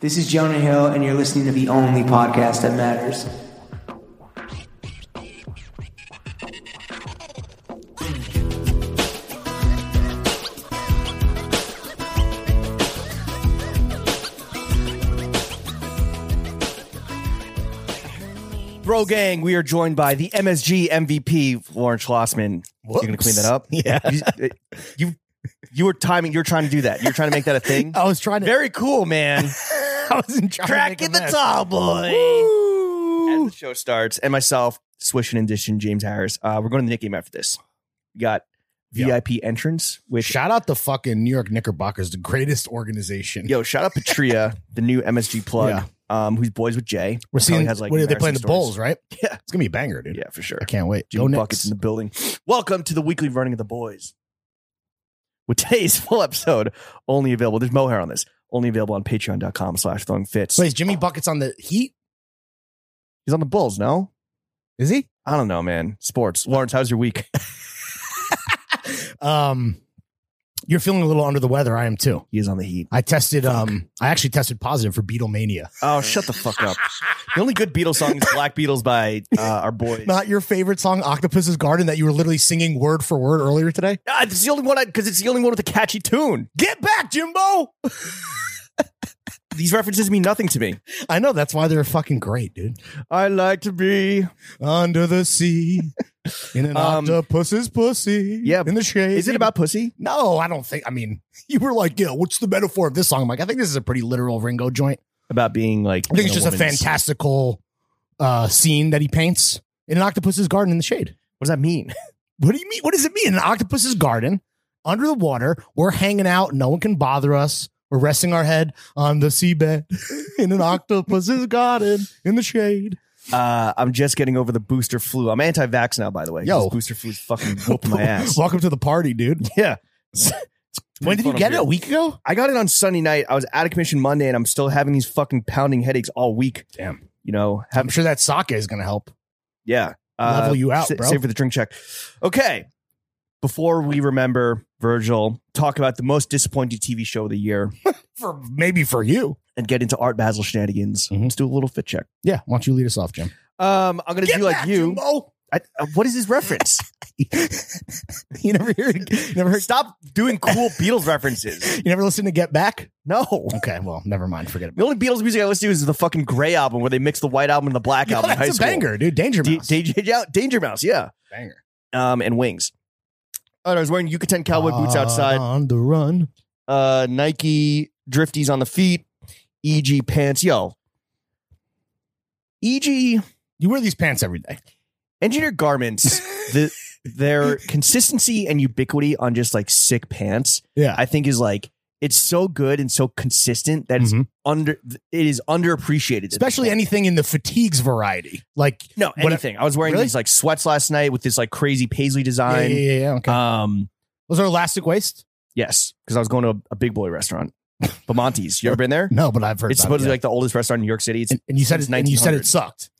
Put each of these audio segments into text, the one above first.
This is Jonah Hill, and you're listening to the only podcast that matters. Bro gang, we are joined by the MSG MVP Lauren Schlossman. You're gonna clean that up. Yeah. You, uh, you you were timing. You're trying to do that. You're trying to make that a thing. I was trying to. Very cool, man. I was in trying to Cracking make a the mess. tall boy. As Woo. the show starts, and myself, swishing and dishing James Harris. Uh, we're going to the Nick game after this. We got Yeah. VIP entrance, which Shout out to fucking New York Knickerbockers, the greatest organization. yo shout out Patria, the new MSG plug, Yeah. um, who's boys with Jay. We're Probably seeing has, like, what are they playing the embarrassing Bulls, stories. right? Yeah, It's gonna be a banger, dude. yeah, for sure. I can't wait. Go Jimmy Buckets Knicks. in the building. Welcome to the weekly running of the boys. With today's full episode only available, there's mohair on this, only available on patreon.com slash throwing fits. So is Jimmy Buckets on the Heat? He's on the Bulls, no? Is he? I don't know, man. Sports. Lawrence, how's your week? Um, you're feeling a little under the weather. I am too. He is on the heat. I tested. Um, I actually tested positive for Beatlemania. Oh, shut the fuck up. the only good Beatles song is Black Beatles by uh, our boys. Not your favorite song, Octopus's Garden, that you were literally singing word for word earlier today. Ah, it's the only one because it's the only one with a catchy tune. Get back, Jimbo. These references mean nothing to me. I know that's why they're fucking great, dude. I like to be. Under the sea, in an Um, octopus's pussy. yeah, in the shade. Is it about pussy? No, I don't think. I mean, you were like, "Yo, what's the metaphor of this song?" I'm like, I think this is a pretty literal Ringo joint. About being like. I think it's in just a woman's- fantastical uh, scene that he paints in an octopus's garden in the shade. What does that mean? What do you mean? What does it mean? An octopus's garden under the water. We're hanging out. No one can bother us. We're resting our head on the seabed in an octopus's garden in the shade. Uh, I'm just getting over the booster flu. I'm anti-vax now, by the way. Yo. This booster flu's fucking whooping my ass. Welcome to the party, dude. yeah. When did you fun get up it? here. A week ago? I got it on Sunday night. I was out of commission Monday, and I'm still having these fucking pounding headaches all week. Damn. You know, I'm have sure that sake is going to help yeah. level you out, Uh, sa- bro. Save for the drink check. Okay. Before we remember Virgil, talk about the most disappointing TV show of the year, for maybe for you. and get into Art Basil shenanigans. Mhm. Let's do a little fit check. Yeah, why don't you lead us off, Jim? Um, I'm gonna do like you. I, uh, what is his reference? you never hear you never heard, Stop doing cool Beatles references. you never listen to Get Back? No. Okay, well, never mind. Forget it. The only Beatles music I listen to is the fucking Gray album where they mix the white album and the black Yo, album. in that's high a school. banger, dude. Danger D- Mouse. Danger, yeah, Danger Mouse, yeah. banger. Um, and Wings. Oh, and I was wearing Yucatan cowboy boots outside. On the run. Uh, Nike drifties on the feet. EG pants. Yo. E EG You wear these pants every day. engineer garments. the their consistency and ubiquity on just like sick pants. Yeah. I think is like it's so good and so consistent that it's Mhm. under it is underappreciated. at this Especially point. anything in the fatigues variety. Like No, What- anything. I was wearing Really? these like sweats last night with this like crazy paisley yeah, yeah, design. yeah, yeah, okay. Um, Those are elastic waist? yes, because I was going to a, a big boy restaurant, Bamonti's. You ever been there? No, but I've heard It's about supposed to it, be yeah. like the oldest restaurant in New York City. It's and, and you said since it, and you said it 1900. sucked.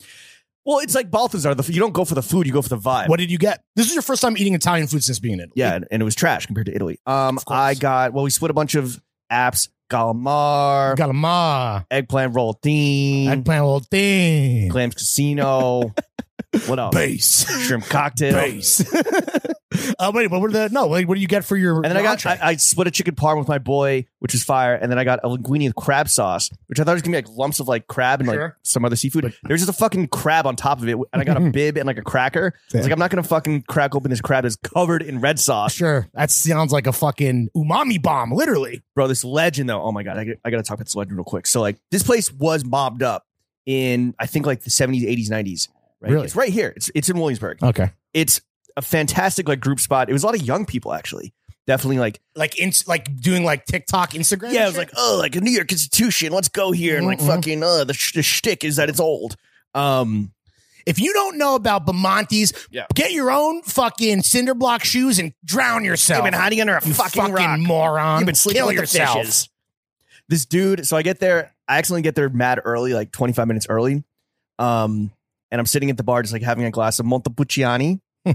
well, it's like Balthazar. The f- you don't go for the food, you go for the vibe. What did you get? This is your first time eating Italian food since being in Italy. Yeah, and, and it was trash compared to Italy. Um, Of course. I got well, we split a bunch of apps: Galamar, Galama. Eggplant Roll Theme, I'd play a little thing. Clams Casino. what else? Bass. Shrimp cocktail. uh, wait, what were the no? Like, what do you get for your? And then I your got entree? I, I split a chicken parm with my boy, which was fire. And then I got a linguine with crab sauce, which I thought was gonna be like lumps of like crab and like Sure. some other seafood. But- There's just a fucking crab on top of it, and I got a bib and like a cracker. It's Yeah. like I'm not gonna fucking crack open this crab that's covered in red sauce, sure. That sounds like a fucking umami bomb, literally. bro. This legend though, oh my god, I, got- I gotta talk about this legend real quick. So like this place was mobbed up in I think like the 70s, 80s, 90s. Right? Really? It's right here. It's it's in Williamsburg. Okay, It's a fantastic like group spot. It was a lot of young people actually. Definitely like like in, like doing like TikTok, Instagram. Yeah, it and was like, shit? oh, like a New York institution. Let's go here and like Mhm. fucking uh, the, sh- the shtick is that it's old. Um, if you don't know about Bamontes, Yeah. get your own fucking cinder block shoes and drown yourself. hiding under a you fucking, moron. You've been sleeping Kill with yourself. the fishes. This dude. So I get there. I accidentally get there mad early, like twenty five minutes early. Um, and I'm sitting at the bar, just like having a glass of Montepulciani. I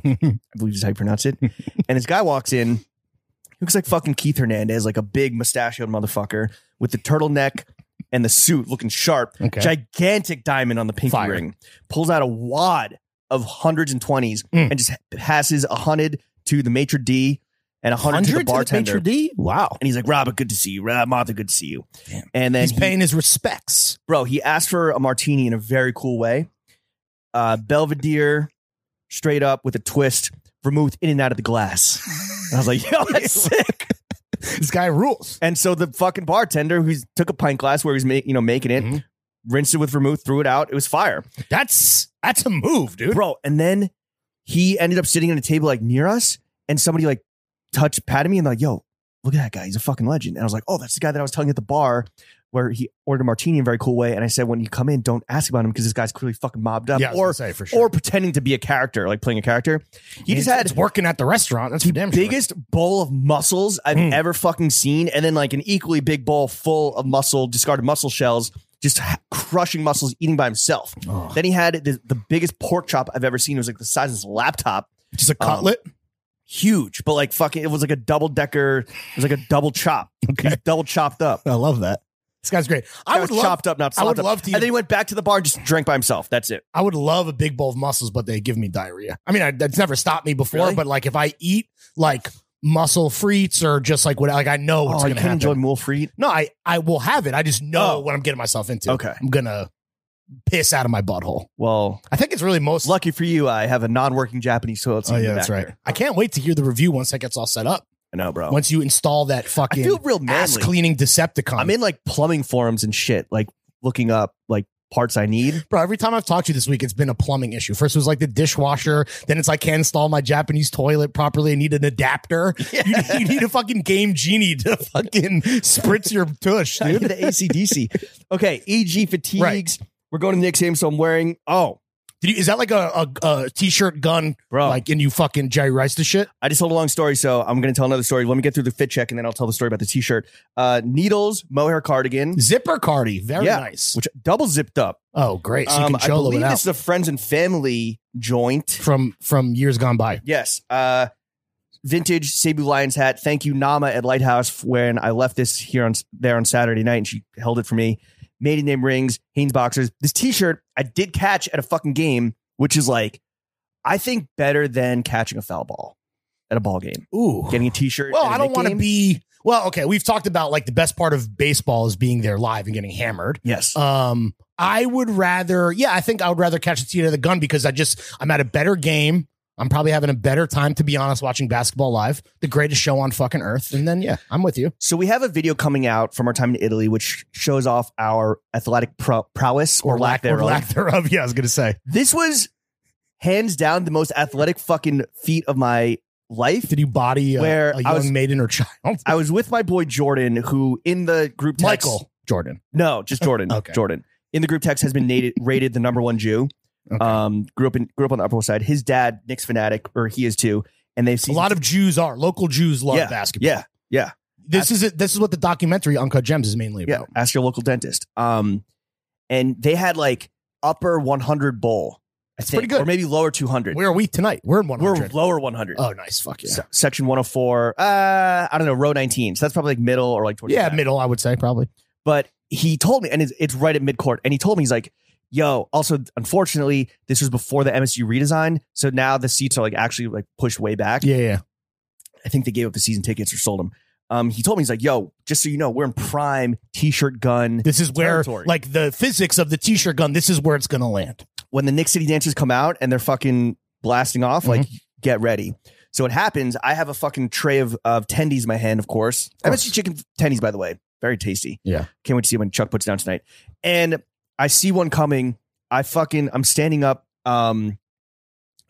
believe is how you pronounce it. and this guy walks in. He looks like fucking Keith Hernandez, like a big mustachioed motherfucker with the turtleneck and the suit looking sharp. Okay. Gigantic diamond on the pinky Fire. ring. Pulls out a wad of hundreds and twenties Mm. and just passes a hundred to the maitre d and a hundred to the bartender. Maitre D? Wow. and he's like, Robert, good to see you. Rob, Martha, good to see you. Damn. And then He's he- paying his respects. bro, he asked for a martini in a very cool way. Uh, Belvedere, straight up with a twist, vermouth in and out of the glass. And I was like, yo, that's sick. This guy rules. And so the fucking bartender who took a pint glass where he was ma- you know, making it, Mhm. rinsed it with vermouth, threw it out. It was fire. That's that's a move, dude. Bro, and then he ended up sitting at a table like near us, and somebody like touched, patted me, and like, yo, look at that guy. He's a fucking legend. And I was like, oh, that's the guy that I was telling you at the bar where he ordered a martini in a very cool way. And I said, when you come in, don't ask about him because this guy's clearly fucking mobbed up yeah, I was gonna or, say for or pretending to be a character, like playing a character. He It's- just had it's working at the restaurant. That's for damn sure. biggest bowl of muscles I've Mm. ever fucking seen, and then like an equally big bowl full of muscle, discarded muscle shells, just h- crushing muscles, eating by himself. Oh. Then he had the, the biggest pork chop I've ever seen. It was like the size of his laptop, Just a cutlet. um, huge, but like fucking, it was like a double decker. It was like a double chop, okay, double chopped up. I love that. This guy's great. That I would was love. chopped up, not I would slopped up. love to. And then he went back to the bar and just drank by himself. That's it. I would love a big bowl of mussels, but they give me diarrhea. I mean, I, that's never stopped me before. Really? But like, if I eat like mussel frites or just like what, like I know what's oh, you going to can happen. enjoy mule free. no, I I will have it. I just know Oh. what I'm getting myself into. Okay. I'm gonna piss out of my butthole. Well, I think it's really most. lucky for you, I have a non-working Japanese toilet seat. oh in the yeah, that's back right. there. I can't wait to hear the review once that gets all set up. I know, bro. Once you install that I fucking feel real manly. ass cleaning Decepticon. I'm in like plumbing forums and shit, like looking up like parts I need. Bro, every time I've talked to you this week, it's been a plumbing issue. First it was like the dishwasher. Then it's like, can't install my Japanese toilet properly. I need an adapter. You, you need a fucking game genie to fucking spritz your tush, I need dude. the ACDC. Okay, EG fatigues. Right. We're going to the Knicks game, so I'm wearing. Oh, Did you, is that like a, a, a t-shirt gun? bro, Like, and you fucking Jerry Rice the shit? I just told a long story, so I'm going to tell another story. Let me get through the fit check, and then I'll tell the story about the T-shirt. Uh, needles mohair cardigan, Zipper cardi. Very Yeah. nice. which double zipped up. Oh, great. So you Um, can I cholo believe it this out is a friends and family joint. from, from years gone by. Yes. Uh, vintage Cebu Lions hat. Thank you, Nama at Lighthouse, when I left this here on there on Saturday night, and she held it for me. Maiden name rings, Hanes boxers. This T-shirt I did catch at a fucking game, which is like, I think better than catching a foul ball at a ball game. Ooh. Getting a T-shirt. Well, at a I don't Knick want to game? be. Well, okay. We've talked about like the best part of baseball is being there live and getting hammered. Yes. Um, I would rather, yeah, I think I would rather catch the seat of the gun because I just I'm at a better game. I'm probably having a better time, to be honest, watching basketball live, the greatest show on fucking earth. And then, yeah, I'm with you. So we have a video coming out from our time in Italy, which shows off our athletic pro- prowess or, lack or thereof. lack thereof. Yeah, I was gonna say. this was hands down the most athletic fucking feat of my life. Did you body uh, Where a I young was- maiden or child? I was with my boy Jordan, who in the group text, Michael Jordan. No, just Jordan. Okay. Jordan in the group text has been nated, rated the number one Jew. Okay. Um, grew up in grew up on the Upper West Side. His dad, Nick's fanatic, or he is too, and they've A seen lot of Jews are local Jews love basketball. Yeah, This is it. This is what the documentary Uncut Gems is mainly yeah. about. Ask your local dentist. Um, and they had like upper 100 bowl, I think, pretty good. or maybe lower 200. Where are we tonight? We're in We're 100. lower 100. oh, nice. Fuck yeah. Se- section 104. Uh, I don't know, row 19. So that's probably like middle or like towards the yeah, back. middle, I would say probably. but he told me, and it's, it's right at midcourt, and he told me he's like, "Yo." Also, unfortunately, this was before the MSU redesign, so now the seats are like actually like pushed way back. Yeah, yeah. I think they gave up the season tickets or sold them. Um, he told me he's like, "Yo, just so you know, we're in prime t-shirt gun. This is where, territory. like, the physics of the t-shirt gun. This is where it's gonna land. When the Nick City dancers come out and they're fucking blasting off, like Mm-hmm. get ready." So it happens. I have a fucking tray of of tendies in my hand, of course. Of course. MSU chicken tendies, by the way, very tasty. Yeah. Can't wait to see when Chuck puts it down tonight. And I see one coming. I fucking I'm standing up. Um,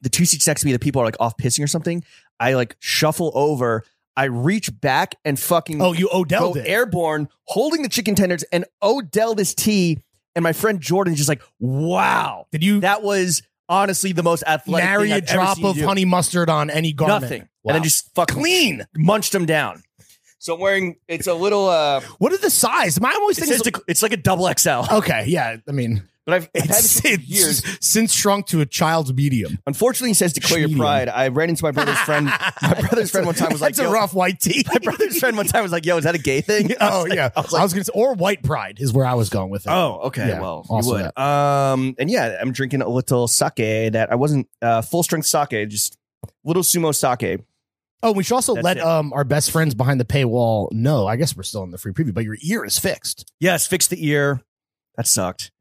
the two seats next to me, the people are like off pissing or something. I like shuffle over. I reach back and fucking Oh, you Odell go did. airborne, holding the chicken tenders and Odell this tea. And my friend Jordan's just like, wow, did you that was honestly the most athletic. marry thing a I've ever drop seen of you do." honey mustard on any garment? Nothing, Wow. and then just fucking clean. munched them down. So I'm wearing it's a little uh, What are the size? My always it think. says Is, to- it's like a double XL. okay, yeah. I mean, But I've, I've had this It's, for years. it's since shrunk to a child's medium. Unfortunately, he says declare your Cheating. pride. I ran into my brother's friend. My brother's friend one time was like, "That's a yo- rough white tee." My brother's friend one time was like, "Yo, is that a gay thing?" I oh was like- yeah, I was like, gonna say, or white pride is where I was going with it. "Oh, okay. Yeah, well, you also would." Um, and yeah, I'm drinking a little sake that I wasn't uh, full strength sake, just little sumo sake. Oh, we should also That's let it. um our best friends behind the paywall know. I guess we're still in the free preview, but your ear is fixed. Yes, fix the ear. That sucked.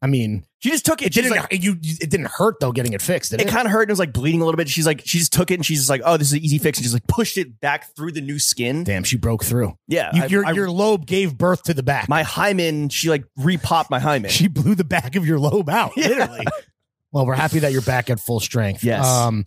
I mean, She just took it. it She didn't. just, like, you you- it didn't hurt though getting it fixed. Did it it? kind of hurt and it was like bleeding a little bit. She's like, she just took it and she's just like, "Oh, this is an easy fix," and just like pushed it back through the new skin. Damn, she broke through. Yeah, You, I- your I- your lobe gave birth to the back. my hymen. She like repopped my hymen. she blew the back of your lobe out. Yeah. Literally. Well, we're happy that you're back at full strength. Yes. Um,